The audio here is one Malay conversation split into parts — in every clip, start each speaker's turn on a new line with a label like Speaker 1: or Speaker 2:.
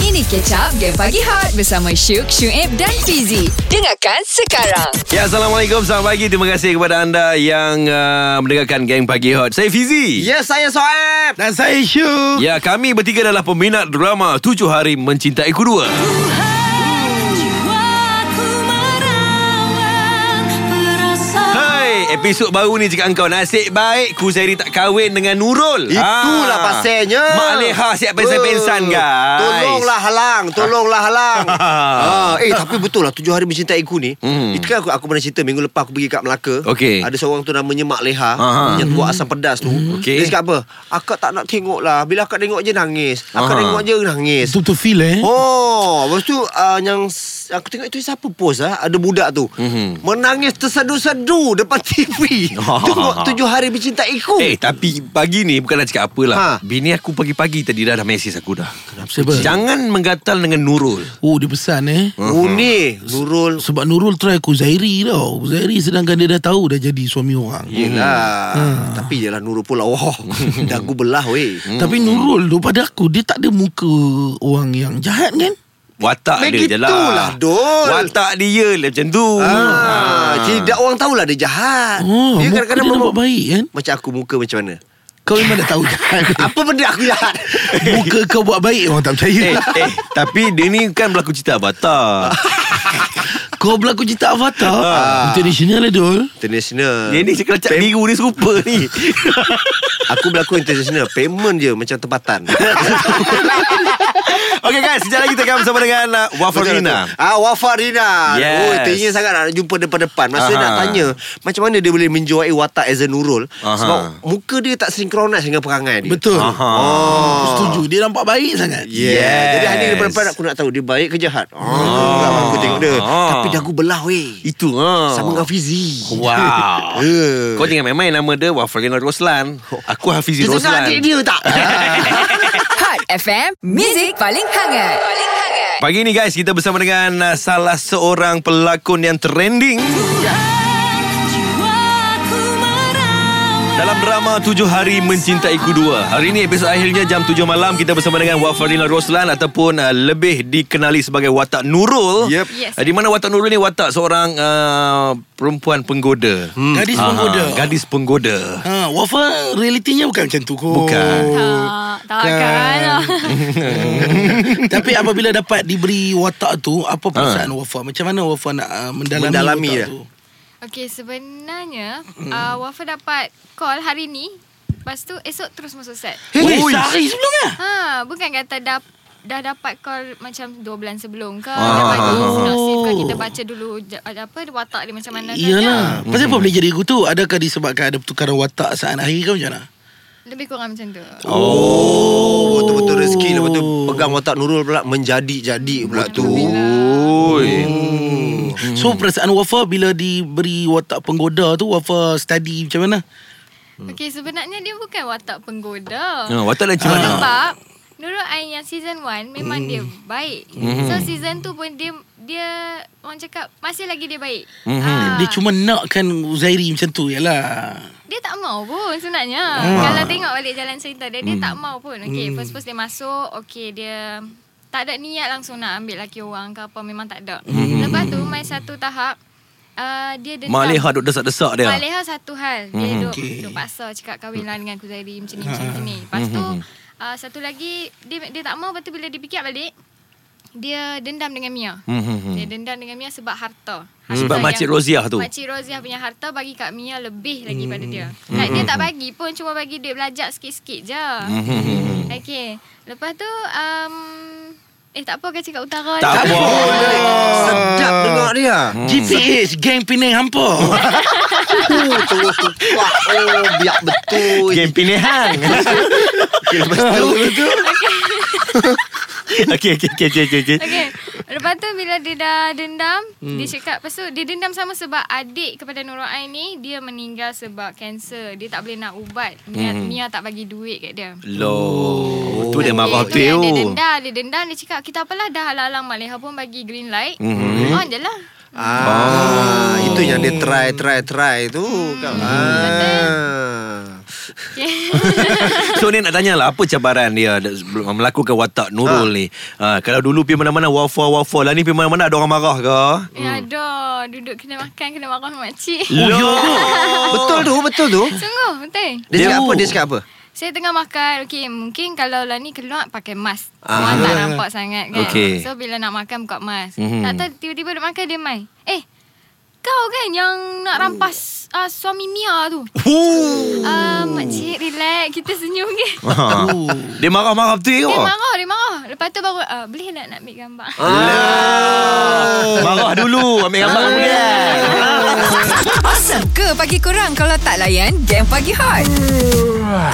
Speaker 1: Ini Catch Up Game Pagi Hot bersama Syuk, Syuib dan Fizi. Dengarkan sekarang.
Speaker 2: Ya, Assalamualaikum. Selamat pagi. Terima kasih kepada anda yang uh, mendengarkan Gang Pagi Hot. Saya Fizi.
Speaker 3: Ya, saya Soeb. Dan saya Syu.
Speaker 2: Ya, kami bertiga adalah peminat drama Tujuh Hari Mencintai Kedua. Hai, episod baru ni cakap kau Nasib baik ku seri tak kahwin dengan Nurul
Speaker 3: Itulah pasalnya.
Speaker 2: Mak Leha Ah. siap pensan-pensan guys
Speaker 3: Tolonglah halang, tolonglah halang. ha, eh tapi betul lah tujuh hari mencintai ku ni.
Speaker 2: Hmm.
Speaker 3: Itu kan aku aku pernah cerita minggu lepas aku pergi kat Melaka.
Speaker 2: Okey.
Speaker 3: Ada seorang tu namanya Mak Leha
Speaker 2: Aha. Hmm.
Speaker 3: yang
Speaker 4: Hmm.
Speaker 3: buat asam pedas tu.
Speaker 2: Okey.
Speaker 3: Dia cakap apa? Akak tak nak tengok lah. Bila akak tengok je nangis.
Speaker 2: Aha.
Speaker 3: Akak tengok je nangis.
Speaker 4: Tu tu feel eh
Speaker 3: Oh, lepas tu uh, yang s- aku tengok itu siapa post ah? Ada budak tu.
Speaker 2: Mhm.
Speaker 3: Menangis tersedu-sedu depan TV. Tengok tujuh hari mencintai ku.
Speaker 2: Eh tapi pagi ni Bukanlah cakap apalah
Speaker 3: Ha.
Speaker 2: Bini aku pagi-pagi tadi dah ada mesej aku dah
Speaker 4: Sebab
Speaker 2: Jangan menggatal dengan Nurul
Speaker 4: Oh dia pesan eh
Speaker 2: Uh-huh.
Speaker 3: Uni, Nurul.
Speaker 4: Sebab Nurul try aku Zairi tau Zairi sedangkan dia dah tahu Dah jadi suami orang
Speaker 2: lah.
Speaker 3: Yelah Ah.
Speaker 4: Ah.
Speaker 3: Tapi yelah Nurul pula Wah Dagu belah weh
Speaker 4: Tapi Nurul tu pada aku Dia tak ada muka Orang yang jahat kan
Speaker 2: Watak dia je lah
Speaker 3: Begitulah, Dul.
Speaker 2: Watak dia lah macam tu
Speaker 3: ah, Tidak orang tahulah dia jahat
Speaker 4: oh,
Speaker 3: Dia
Speaker 4: muka
Speaker 3: kadang-kadang
Speaker 4: dia nampak
Speaker 3: mem-
Speaker 4: baik Eh. kan
Speaker 3: Macam aku muka macam mana
Speaker 4: Kau memang dah tahu jahat kan?
Speaker 3: Apa benda aku jahat
Speaker 4: Muka kau buat baik Orang
Speaker 2: Eh,
Speaker 4: tak percaya
Speaker 2: eh, tapi dia ni kan berlaku cerita Avatar
Speaker 4: Kau berlaku cerita Avatar Ah. International Adol
Speaker 3: International
Speaker 2: Dia ni kelacak biru ni serupa ni
Speaker 3: Aku berlakon international Payment je macam tempatan
Speaker 2: Okay guys, sekejap lagi kita akan bersama dengan uh, Wafel
Speaker 3: Betul,
Speaker 2: Rina
Speaker 3: betul. Ah, Wafat Rina.
Speaker 2: Yes.
Speaker 3: Oh, teringin sangat nak jumpa depan-depan. Masa
Speaker 2: Aha.
Speaker 3: nak tanya, macam mana dia boleh menjuai watak Azan Nurul?
Speaker 2: Aha.
Speaker 3: Sebab muka dia tak sinkronis dengan perangai dia.
Speaker 4: Betul
Speaker 2: Aha.
Speaker 4: Aku Setuju Dia nampak baik sangat
Speaker 2: Yes.
Speaker 3: Yeah. Ya, Jadi hari ni depan-depan aku nak tahu dia baik ke jahat. Oh, aku tengok dia.
Speaker 2: Ah.
Speaker 3: Tapi dagu belah weh.
Speaker 2: Itu ha.
Speaker 3: Sama dengan Fizi.
Speaker 2: Wow
Speaker 3: Eh.
Speaker 2: Kau jangan main-main nama dia Wafel Rina Roslan Aku Hafizi
Speaker 3: Dia tengok
Speaker 2: Roslan
Speaker 3: adik dia tak? Ah.
Speaker 1: Hot FM, Music paling hangat. Paling hangat.
Speaker 2: Pagi ni guys, kita bersama dengan uh, Salah seorang pelakon yang trending Dalam drama Tujuh Hari Mencintai Kedua Hari ini episod akhirnya jam 7 malam Kita bersama dengan Wafarina Roslan Ataupun uh, lebih dikenali sebagai watak Nurul
Speaker 3: Yep.
Speaker 1: Yes.
Speaker 2: uh, Di mana watak Nurul ni watak seorang uh, perempuan penggoda hmm.
Speaker 4: Gadis penggoda
Speaker 2: Gadis penggoda
Speaker 4: Ha, Wafa realitinya bukan macam tu kot.
Speaker 2: Bukan.
Speaker 5: Tak, takkan
Speaker 1: Kan?
Speaker 4: Tapi apabila dapat diberi watak tu, apa perasaan ha. Wafa? Macam mana Wafa nak uh, mendalami,
Speaker 3: Mendalami ya? dia.
Speaker 4: watak tu?
Speaker 5: Okay, sebenarnya uh, Wafa dapat call hari ni Lepas tu esok terus masuk set
Speaker 4: Weh, sehari sebelum lah.
Speaker 5: Ha, bukan kata dah dah dapat call macam 2 bulan sebelum
Speaker 2: Ah.
Speaker 5: ke ah. Dapat news synopsis ke kita baca dulu ja- ada apa watak dia macam mana kan?
Speaker 4: Iyalah. Pasal apa boleh jadi aku tu? Adakah disebabkan ada pertukaran watak saat hari ke macam mana?
Speaker 5: Lebih kurang macam tu
Speaker 3: Oh, betul-betul rezeki. Lepas tu pegang watak Nurul pula menjadi-jadi pula tu.
Speaker 2: Oi.
Speaker 4: Hmm. So perasaan Wafa bila diberi watak penggoda tu, Wafa study macam mana?
Speaker 5: Okay, sebenarnya dia bukan watak penggoda
Speaker 2: Ha, watak lain macam mana?
Speaker 5: Sebab Nurul Ain yang season 1 memang dia baik. So season 2 pun dia dia orang cakap masih lagi dia baik. Ah.
Speaker 4: Hmm. Dia cuma nakkan Zairi macam tu, yalah.
Speaker 5: dia tak mau pun sebenarnya.
Speaker 2: Hmm.
Speaker 5: Kalau tengok balik jalan cerita dia dia tak mau pun. Okey, first-first dia masuk, okey dia tak ada niat langsung nak ambil laki orang ke apa memang tak ada.
Speaker 2: Hmm.
Speaker 5: Lepas tu main satu tahap uh, dia dendam.
Speaker 2: Mak Leha duk desak-desak dia
Speaker 5: Mak Leha satu hal
Speaker 2: Mhm.
Speaker 5: Dia hmm. duk,
Speaker 4: Okey.
Speaker 5: okay. duk paksa Cakap kahwinlah dengan Kuzairi Macam ni macam, macam ni Lepas tu
Speaker 2: Hmm.
Speaker 5: uh, Satu lagi dia, dia tak mau Lepas tu bila dia fikir balik Dia dendam dengan Mia
Speaker 2: Mhm.
Speaker 5: Dia dendam dengan Mia sebab harta, harta
Speaker 2: Hmm. Sebab
Speaker 5: yang-
Speaker 2: Makcik Roziah tu.
Speaker 5: Makcik Roziah punya harta Bagi kat Mia lebih lagi pada
Speaker 2: Hmm.
Speaker 5: dia Like dia tak bagi pun Cuma bagi duit belajar sikit-sikit je
Speaker 2: Hmm.
Speaker 5: Okay Lepas tu um, Eh tak apa ke cakap utara
Speaker 2: Tak
Speaker 5: ni.
Speaker 2: apa.
Speaker 3: Sedap dengar dia.
Speaker 4: GPH, geng Penang hampa.
Speaker 3: Oh, terus tu. Wah, oh, biak betul.
Speaker 2: Game pilihan
Speaker 3: Okay, lepas tu.
Speaker 2: Okay, okay, okay, okay, okay.
Speaker 5: Okay Lepas tu bila dia dah dendam hmm. Dia cakap Lepas tu dia dendam sama sebab Adik kepada Nurul Ain ni Dia meninggal sebab kanser Dia tak boleh nak ubat Mia, hmm. Mia tak bagi duit kat dia
Speaker 2: Loh Tu dia
Speaker 5: Okey,
Speaker 2: marah
Speaker 5: tu
Speaker 2: Teo
Speaker 5: yang Dia dendam Dia dendam Dia cakap kita apalah Dah halang-halang Maleha pun bagi green light hmm. On je lah
Speaker 3: kan? Ah, itu yang dia try try try tu. Hmm. Ah.
Speaker 2: So ni nak tanya lah Apa cabaran dia ada- sebelum Melakukan watak Nurul ha. ni ha, Kalau dulu pergi mana-mana Wafa-wafa Lah ni pergi mana-mana Ada orang marah ke
Speaker 5: Ya ada Duduk kena makan Kena marah makcik
Speaker 3: Ah.
Speaker 4: Oh, ya ke?
Speaker 3: Betul tu, betul tu.
Speaker 5: Sungguh betul
Speaker 3: Dia
Speaker 2: Dia-
Speaker 3: cakap apa? Dia cakap apa?
Speaker 5: Saya tengah makan Okay mungkin kalau lah ni keluar Pakai mask Orang tak nampak sangat kan
Speaker 2: Okey.
Speaker 5: So bila nak makan buka
Speaker 2: Mhm.
Speaker 5: mask mm-hmm. Tak tahu tiba-tiba dia makan dia main Eh kau kan yang nak rampas uh, suami Mia tu uh, Makcik relax Kita senyum ke
Speaker 2: ha. Dia marah-marah betul ke
Speaker 5: Dia marah Dia marah Lepas tu baru uh, Boleh tak nak ambil gambar
Speaker 2: Lah. Marah dulu Ambil gambar kemudian
Speaker 1: Awesome ke pagi korang kalau tak layan game pagi hot?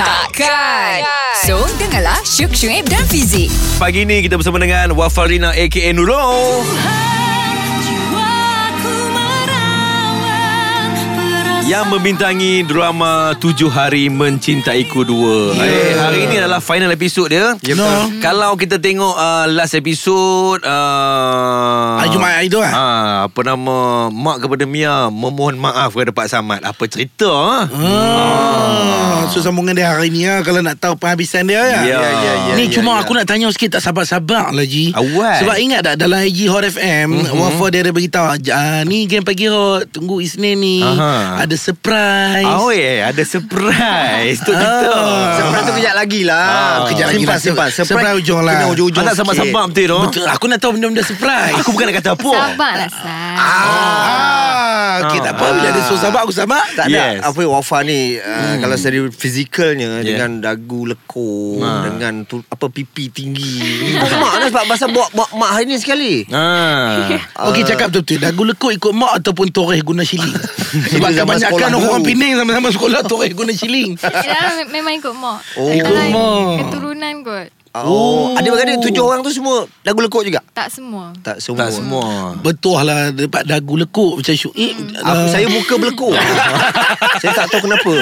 Speaker 1: Takkan. So, dengarlah Syuk Syuib dan Fizik.
Speaker 2: Pagi ni kita bersama dengan Wafarina A.K.A. Nurul yang membintangi drama Tujuh Hari Mencintaiku Dua. Yeah. Eh, hari ini adalah final episod dia.
Speaker 4: betul. No.
Speaker 2: Kalau kita tengok uh, last episod uh,
Speaker 4: Hari Jumaat hari tu, eh?
Speaker 2: Ah, apa nama mak kepada Mia memohon maaf kepada Pak Samad. Apa cerita? ah?
Speaker 4: Ah, so sambungan dia hari ni lah Kalau nak tahu penghabisan dia ya.
Speaker 2: Ya, ya, ya,
Speaker 4: Ni
Speaker 3: ya,
Speaker 4: cuma
Speaker 3: ya.
Speaker 4: aku nak tanya sikit Tak sabar-sabar lah Ji
Speaker 2: Awal.
Speaker 4: Sebab ingat tak Dalam IG Hot FM mm-hmm. Wafa dia ada beritahu ah, Ni game pagi Hot Tunggu Isnin ni
Speaker 2: Aha.
Speaker 4: Ada surprise
Speaker 2: Oh, eh, ada surprise untuk kita.
Speaker 4: Ah.
Speaker 3: Surprise tu kejap lagi lah. Kejap lagi lah.
Speaker 4: Simpan, simpan. Surprise hujung lah.
Speaker 3: Kena hujung-hujung
Speaker 2: Anak
Speaker 3: sikit.
Speaker 2: sabar-sabar betul tu.
Speaker 4: Betul Aku nak tahu benda-benda surprise
Speaker 2: ya, Aku bukan nak kata apa.
Speaker 5: Sabarlah Sah
Speaker 4: Ah, okay, tak apa Bila ada suruh sabar Aku sabar
Speaker 3: Tak ada
Speaker 2: Yes.
Speaker 3: yes. Apa Wafa ni uh, Kalau dari
Speaker 2: Yeah.
Speaker 3: fizikalnya yeah. Dengan dagu lekuk
Speaker 2: Ha. Dengan
Speaker 3: Dengan tu, apa pipi tinggi Mak ni sebab pasal buat mak, mak hari ni sekali
Speaker 2: Ah.
Speaker 4: Okey cakap betul-betul Dagu lekuk ikut mak Ataupun toreh guna siling Sebab
Speaker 3: Itu zaman
Speaker 4: kebanyakan
Speaker 3: sekolah dulu.
Speaker 4: orang Penang Sama-sama sekolah toreh guna siling
Speaker 5: Dia memang ikut mak
Speaker 3: Oh.
Speaker 5: Kalau
Speaker 4: Ikut mak.
Speaker 5: Keturunan kot
Speaker 3: Oh,
Speaker 4: Oh.
Speaker 3: Ada berkata tujuh orang tu semua Dagu lekuk juga
Speaker 5: Tak semua
Speaker 3: Tak semua,
Speaker 2: Tak semua.
Speaker 4: Betul lah Dapat dagu lekuk Macam Eh, syuib
Speaker 3: Aku, saya muka berlekuk Saya tak tahu kenapa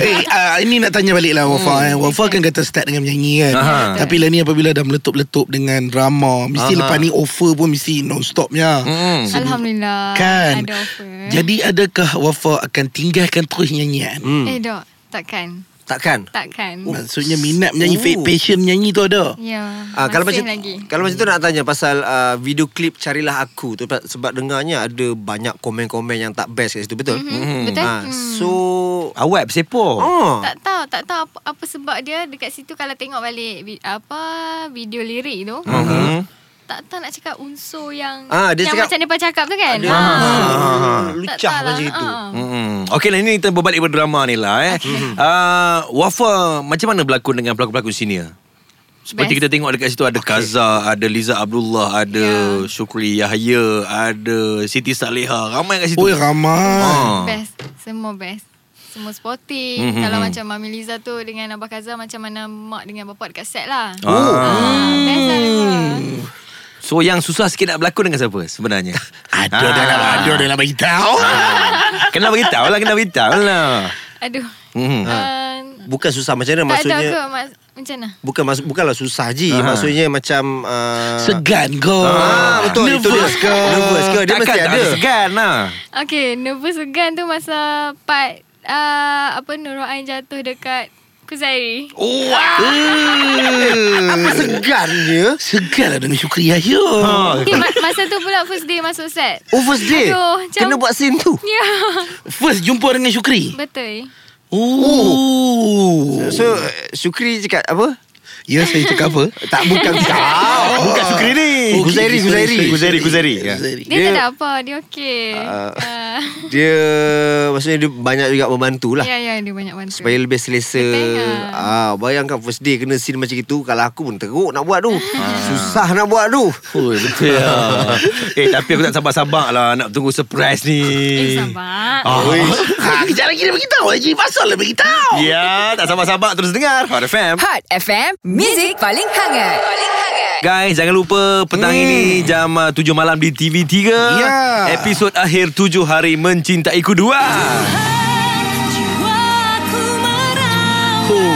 Speaker 4: eh, uh, Ini nak tanya balik lah Wafa hmm. eh. Wafa kan kata start dengan menyanyi kan
Speaker 2: Aha.
Speaker 4: Tapi lah ni apabila dah meletup-letup Dengan drama Mesti
Speaker 3: Aha.
Speaker 4: lepas ni offer pun Mesti non-stopnya
Speaker 2: Hmm.
Speaker 5: Alhamdulillah
Speaker 4: Kan
Speaker 5: Ah, Ada offer
Speaker 4: Jadi adakah Wafa akan tinggalkan terus nyanyian
Speaker 5: hmm. Eh dok Takkan
Speaker 3: Takkan
Speaker 5: Takkan
Speaker 4: Maksudnya minat menyanyi
Speaker 3: Oh.
Speaker 4: fa- Passion menyanyi tu ada
Speaker 5: Ya
Speaker 3: Ah, kalau
Speaker 5: masih
Speaker 3: macam
Speaker 5: lagi
Speaker 3: kalau macam tu nak tanya pasal uh, video klip carilah aku tu sebab- sebab dengarnya ada banyak komen-komen yang tak best kat situ betul.
Speaker 5: hmm. Betul
Speaker 3: Ah,
Speaker 5: hmm.
Speaker 3: so
Speaker 2: Awak bersepo.
Speaker 3: oh.
Speaker 5: tak tahu tak tahu apa, apa sebab dia dekat situ kalau tengok balik vi- apa video lirik tu
Speaker 2: Hmm.
Speaker 5: tak tahu nak cakap unsur yang
Speaker 3: Ah, dia
Speaker 5: yang
Speaker 3: cakap-
Speaker 5: macam depa cakap tu kan
Speaker 3: Ada Ya. ah.
Speaker 5: lah.
Speaker 3: lucah macam itu.
Speaker 5: ah.
Speaker 2: Hmm. Okey lah ini kita berbalik pada drama ni lah eh. Okay. Uh, Wafa macam mana berlakon dengan pelakon-pelakon senior? Seperti
Speaker 5: Best.
Speaker 2: kita tengok dekat situ ada okay. Kaza, ada Liza Abdullah, ada yeah. Syukri Yahya, ada Siti Saleha. Ramai kat situ.
Speaker 4: Oi
Speaker 3: Oh.
Speaker 4: ramai
Speaker 2: Ah.
Speaker 5: best semua best semua sporting
Speaker 3: Mm-hmm,
Speaker 2: Mhm.
Speaker 5: kalau macam Mami Liza tu dengan Abah Kazal macam mana mak dengan bapak dekat set lah
Speaker 2: Ah.
Speaker 3: Oh.
Speaker 5: Ah, best lah dua.
Speaker 3: Hmm.
Speaker 2: So yang susah sikit nak berlakon dengan siapa sebenarnya? Ah.
Speaker 4: Ada dalam
Speaker 3: Ah.
Speaker 4: Ada lah. dalam bagi tahu
Speaker 2: kena beritahu lah, kena beritahu lah.
Speaker 5: aduh
Speaker 2: Hmm.
Speaker 5: Ah,
Speaker 3: Bukan susah macam mana
Speaker 5: tak ada
Speaker 3: maksudnya.
Speaker 5: ke mas- macam mana
Speaker 3: Bukan mas, bukanlah susah je. Maksudnya macam uh,
Speaker 4: Segan kau
Speaker 3: Ah, betul
Speaker 4: Nervous
Speaker 3: itu dia.
Speaker 4: kau
Speaker 3: Nervous ke? Dia mesti
Speaker 2: Takkan tak
Speaker 3: ada.
Speaker 2: segan lah.
Speaker 5: Okay, nervous segan tu masa part uh, apa Nurul Ain jatuh dekat Kuzairi. Oh.
Speaker 3: Apa segannya?
Speaker 4: Segan lah dengan Syukri Yahya
Speaker 3: Ah.
Speaker 5: Okay, ma- masa tu pula first day masuk set.
Speaker 3: Oh first day.
Speaker 5: Aduh, macam-
Speaker 3: Kena buat scene tu.
Speaker 5: Ya, yeah.
Speaker 4: First jumpa dengan Syukri
Speaker 5: betul.
Speaker 4: Oh.
Speaker 3: So Syukri cakap apa?
Speaker 4: Ya saya cakap apa?
Speaker 3: Tak bukan kau. bukan Syukri ni.
Speaker 2: Eh,
Speaker 3: Guzairi,
Speaker 4: Okey, Oh, sorry,
Speaker 3: Guzairi.
Speaker 4: sorry,
Speaker 2: Guzairi, Guzairi.
Speaker 4: sorry, sorry.
Speaker 5: Dia, dia
Speaker 3: Dia-
Speaker 5: tak ada apa, dia okay.
Speaker 3: Ah.
Speaker 5: Uh,
Speaker 3: Dia maksudnya dia banyak juga membantu lah.
Speaker 5: ya, ya, dia banyak bantu.
Speaker 3: Supaya lebih selesa
Speaker 5: Betul.
Speaker 3: ah, Bayangkan first day Kena scene macam itu Kalau aku pun teruk nak buat tu Susah nak buat tu
Speaker 2: Oi, betul ya. eh, tapi aku tak sabar-sabar lah nak tunggu surprise ni.
Speaker 5: Eh, sabar.
Speaker 2: Ah.
Speaker 4: ha, kejap lagi dia beritahu Haji Pasal lah beritahu
Speaker 2: Ya, tak sabar-sabar terus dengar Hot FM.
Speaker 1: Hot FM, Music paling hangat. Paling hangat.
Speaker 2: Guys, jangan lupa petang hmm. ini jam uh, 7 malam di TV3.
Speaker 4: Ya.
Speaker 2: Episod akhir 7 hari mencintaiku dua.
Speaker 4: oh.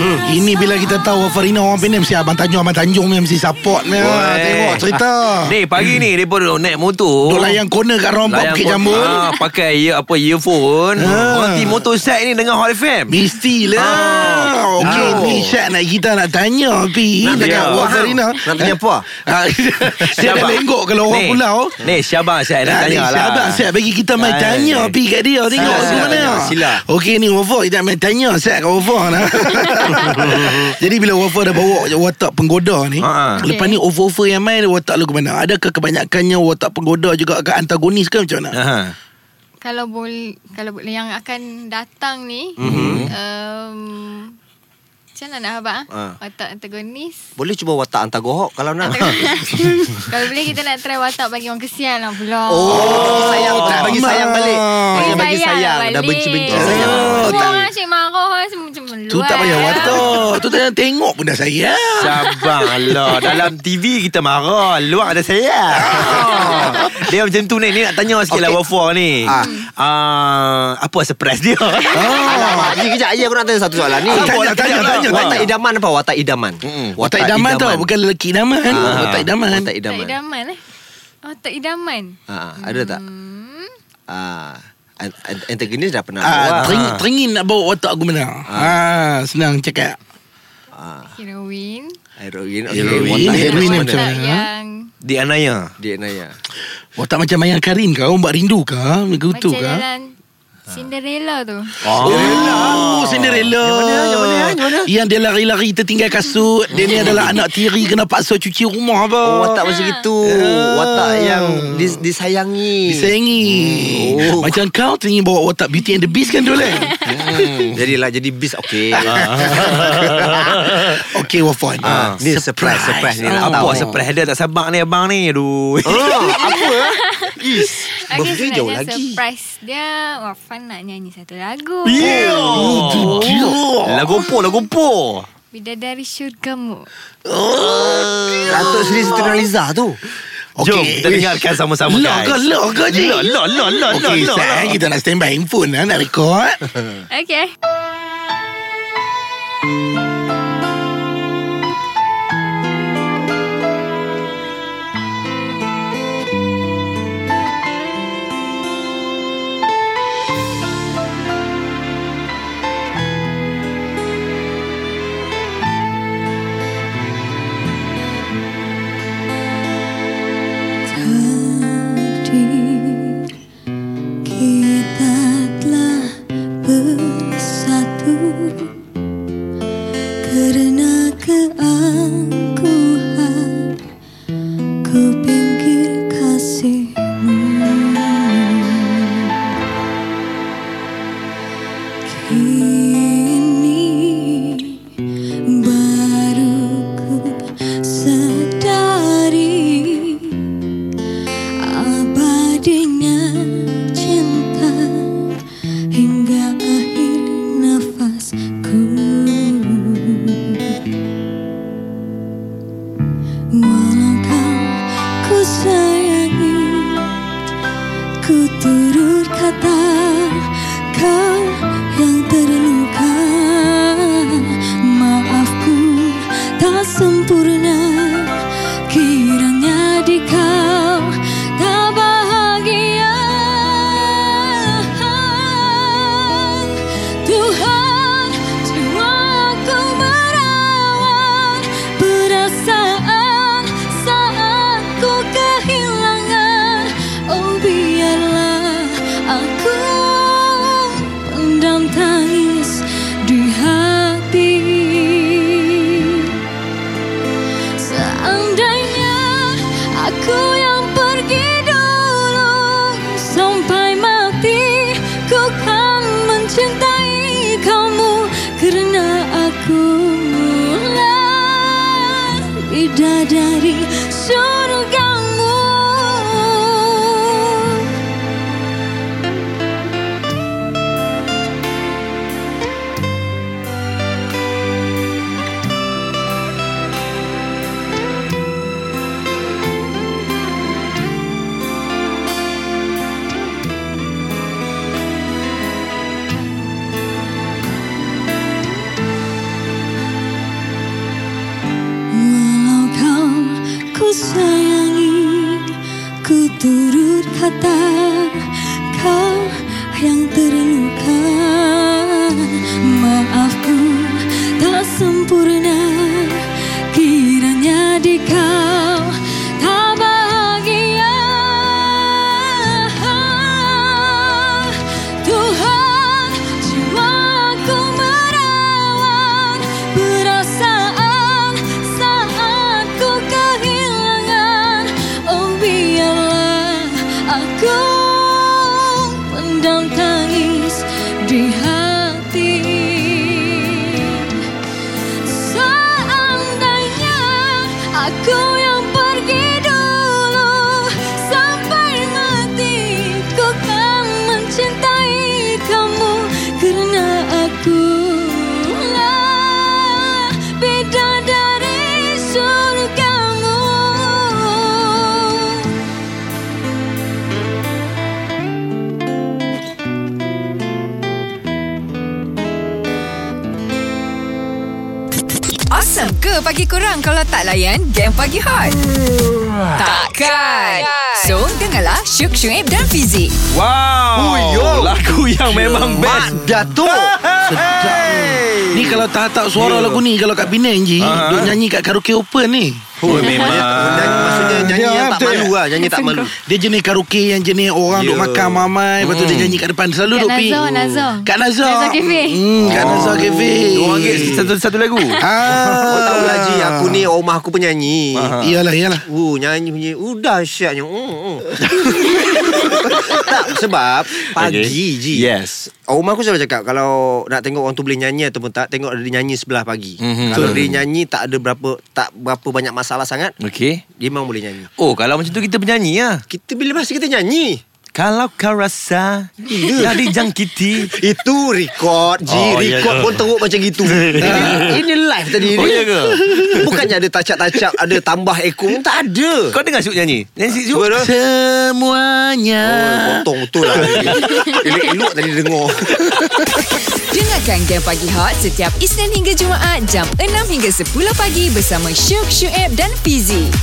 Speaker 4: hmm. Ini bila kita tahu Farina orang Penang Mesti Abang Tanjung Abang Tanjung ni Mesti support ni
Speaker 2: Weh.
Speaker 4: Tengok cerita
Speaker 2: Ni pagi ni Mereka duduk naik motor
Speaker 4: Duk layan corner kat round pop
Speaker 2: Layan
Speaker 4: Bukit
Speaker 2: motor.
Speaker 4: Jambul
Speaker 2: Ah, Pakai ear, apa earphone
Speaker 4: Ah.
Speaker 2: Orang tim motorset ni Dengar Hot FM
Speaker 4: Mestilah
Speaker 2: Ah.
Speaker 4: oh. lah. Okey
Speaker 2: Ah.
Speaker 4: ni Syak nak kita nak tanya Pi
Speaker 2: Nak
Speaker 4: Dekat
Speaker 2: tanya.
Speaker 4: Wak Farina
Speaker 3: Nak tanya apa?
Speaker 4: Ah, Dia dah
Speaker 2: Syabas.
Speaker 4: lenggok Kalau orang
Speaker 2: Ni,
Speaker 4: pulau Ah,
Speaker 2: Ni Syabang Syah nak tanya lah
Speaker 4: Sabar Syed bagi kita main
Speaker 2: Ah,
Speaker 4: tanya
Speaker 2: eh.
Speaker 4: Pi kat dia Tengok
Speaker 2: Sila,
Speaker 4: sila,
Speaker 2: sila,
Speaker 4: mana
Speaker 3: tanya, sila.
Speaker 4: Okey ni Wafa Kita main tanya Syed kat Wafa nah. Jadi bila Wafa dah bawa Watak penggoda ni
Speaker 2: Ha, ha.
Speaker 4: Lepas ni over-over yang main Watak lu ke mana Adakah kebanyakannya Watak penggoda juga Ke antagonis ke macam mana
Speaker 2: Aha.
Speaker 5: Kalau boleh kalau boleh yang akan datang ni
Speaker 3: Mhm.
Speaker 5: mm-hmm. um, macam mana nak abang ha?
Speaker 3: Ah.
Speaker 5: Watak antagonis
Speaker 3: Boleh cuba watak hantar gohok kalau nak.
Speaker 5: Kalau boleh kita nak try watak bagi orang kesian lah pula
Speaker 3: Oh, sayang tak bagi sayang balik.
Speaker 5: Oh,
Speaker 3: Bagi bagi sayang, dah benci-benci sayang. Ah.
Speaker 4: Oh,
Speaker 5: Semua
Speaker 4: tak-
Speaker 5: orang asyik marah Orang asyik macam eh. Oh, meluat
Speaker 4: Tu tak payah watak Tu tak payah tengok pun dah sayang
Speaker 2: Syabang Allah Dalam TV kita marah Luar ada saya Dia macam tu ni Ni nak tanya sikit okay. lah Wafa ni
Speaker 3: Ah.
Speaker 2: Ah, Apa surprise dia
Speaker 3: Alamak, ni kejap aja aku nak tanya satu soalan ni.
Speaker 4: Ah, tanya, tanya, tanya,
Speaker 3: Watak
Speaker 4: tanya.
Speaker 3: idaman apa? Watak idaman.
Speaker 4: Watak idaman tau Bukan lelaki idaman
Speaker 3: Ah,
Speaker 4: Watak idaman
Speaker 3: Watak
Speaker 5: Watak
Speaker 3: idaman.
Speaker 5: idaman eh Watak idaman
Speaker 3: Ah, ada tak?
Speaker 5: hmm.
Speaker 3: Ah, an- an- antagonis dah pernah.
Speaker 4: Ah,
Speaker 3: bawa.
Speaker 4: teringin, teringin nak bawa watak aku mana ah. Senang cakap
Speaker 3: Ah,
Speaker 5: Heroin
Speaker 3: heroin. Okay,
Speaker 4: Heroin,
Speaker 3: watak
Speaker 4: heroin
Speaker 3: idaman
Speaker 4: macam
Speaker 3: mana?
Speaker 4: mana?
Speaker 5: Watak
Speaker 4: ha?
Speaker 5: yang
Speaker 2: Di Anaya
Speaker 3: Dia Naya.
Speaker 4: Watak macam Mayang Karin kau Mbak rindu kau Begitu
Speaker 5: Macam
Speaker 4: kau
Speaker 5: dalam
Speaker 4: Ha.
Speaker 5: Cinderella tu
Speaker 4: Oh, Cinderella. Yang mana? Yang mana? Yang mana? Yang dia lari-lari tertinggal kasut. Dia ni adalah anak tiri kena paksa cuci rumah apa.
Speaker 3: Oh, watak macam itu. Oh, Watak yang dis- disayangi.
Speaker 4: Disayangi.
Speaker 3: Oh.
Speaker 4: Oh. Macam kau teringin bawa watak Beauty and the Beast kan tu lah.
Speaker 3: Jadilah jadi bis okey.
Speaker 4: Okey, Wafon.
Speaker 3: Ah, ni surprise, surprise ni nak
Speaker 4: Ah.
Speaker 2: Apa
Speaker 3: Ah,
Speaker 4: Oh.
Speaker 3: tahu.
Speaker 2: surprise dia tak sabar ni abang ni Aduh
Speaker 3: Oh, apa? eh? Is. Birthday
Speaker 5: sebenarnya
Speaker 3: jauh lagi.
Speaker 5: surprise dia Wafan nak nyanyi satu lagu
Speaker 2: Oh, Lagu po, lagu po.
Speaker 5: Bidadari syurgamu
Speaker 3: Datuk Seri Siti Nurhaliza tu.
Speaker 4: Okey.
Speaker 2: Jom kita dengarkan sama-sama
Speaker 4: Lah
Speaker 2: guys.
Speaker 4: eh, ke, lah ke, Ji?
Speaker 2: Lah, lah, lah, lah,
Speaker 4: Okey,
Speaker 2: lah, lah.
Speaker 4: sekarang kita nak standby handphone lah, nak record.
Speaker 5: Okay
Speaker 6: Tadi kita telah bersatu Kerana keangkuhan Ku pinggir kasihmu Kini baru ku sedari Abadinya cinta hingga akhir nafasku Walau kau ku sayangi Ku turut kata kau yang terluka Maafku tak sempurna Kiranya di kau tak bahagia Tuhan cuma ku merawat perasaan saat ku kehilangan Oh biarlah aku pendam tangis di hati Seandainya aku yang pergi dulu Sampai mati ku kan mencintai kamu Kerana aku mulai Bidadari surgamu ku sayangi Ku turut kata kau yang terluka Maafku tak sempurna Kiranya di kau tak bahagia Tuhan jiwaku merawat perasaan saat ku kehilangan Oh biarlah aku pendam tangis di hati Seandainya aku yang pergi dulu Sampai mati ku kan mencintai kamu Karena aku lah Beda dari surgamu
Speaker 1: Awesome ke pagi kurang kalau tak layan game pagi hot? Takkan. So, dengarlah Syuk Syuib dan Fizik.
Speaker 2: Wow
Speaker 3: yo.
Speaker 2: Lagu yang memang best
Speaker 3: Mak Datuk
Speaker 4: Ni kalau tak tak suara lagu ni Kalau kat Penang je
Speaker 2: Ah.
Speaker 4: Duk nyanyi kat karaoke open ni
Speaker 2: Oh memang
Speaker 3: Nyanyi- Maksudnya nyanyi Ah. yang tak malu lah Nyanyi tak malu
Speaker 4: Dia jenis karaoke yang jenis Orang
Speaker 3: Ya. Hmm.
Speaker 4: duk makan mamai Lepas tu dia nyanyi kat depan Selalu
Speaker 5: Kat
Speaker 4: duk pergi
Speaker 5: Nazar, Nazar.
Speaker 4: Kat Nazar
Speaker 5: Nazar Cafe.
Speaker 4: hmm, Kat
Speaker 3: Oh.
Speaker 4: Nazar Cafe
Speaker 2: RM2 satu, satu lagu
Speaker 4: ah.
Speaker 3: Kau tahu lah Ji Aku ni rumah aku penyanyi
Speaker 4: Iyalah iyalah
Speaker 3: Uh, nyanyi punya Uh dahsyatnya uh, uh. Tak sebab Pagi okay. Ji
Speaker 2: Yes
Speaker 3: Orang rumah aku selalu cakap Kalau nak tengok orang tu boleh nyanyi Ataupun tak Tengok dia nyanyi sebelah pagi
Speaker 2: Mhm.
Speaker 3: mm-hmm. Kalau dia nyanyi Tak ada berapa Tak berapa banyak masalah sangat
Speaker 2: Okay
Speaker 3: Dia memang boleh nyanyi
Speaker 2: Oh kalau macam tu kita penyanyi lah
Speaker 3: Kita bila masa kita nyanyi
Speaker 2: Kalau kau rasa Dah dijangkiti
Speaker 3: Itu record Ji
Speaker 2: Oh,
Speaker 3: oh,
Speaker 2: ya
Speaker 3: Record
Speaker 2: ke?
Speaker 3: pun teruk macam gitu ini, ini live tadi
Speaker 2: Oh,
Speaker 3: ni.
Speaker 2: ya ke?
Speaker 3: Bukannya ada tacap-tacap Ada tambah ekor Tak ada
Speaker 2: Kau dengar Syuk nyanyi Nyanyi Syuk, Syuk
Speaker 3: Cuba dah
Speaker 4: Semuanya
Speaker 3: Potong betul lah Elok-elok tadi dengar
Speaker 1: Dengarkan Game Pagi Hot setiap Isnin hingga Jumaat jam 6 hingga 10 pagi bersama Syuk Syuib dan Fizik.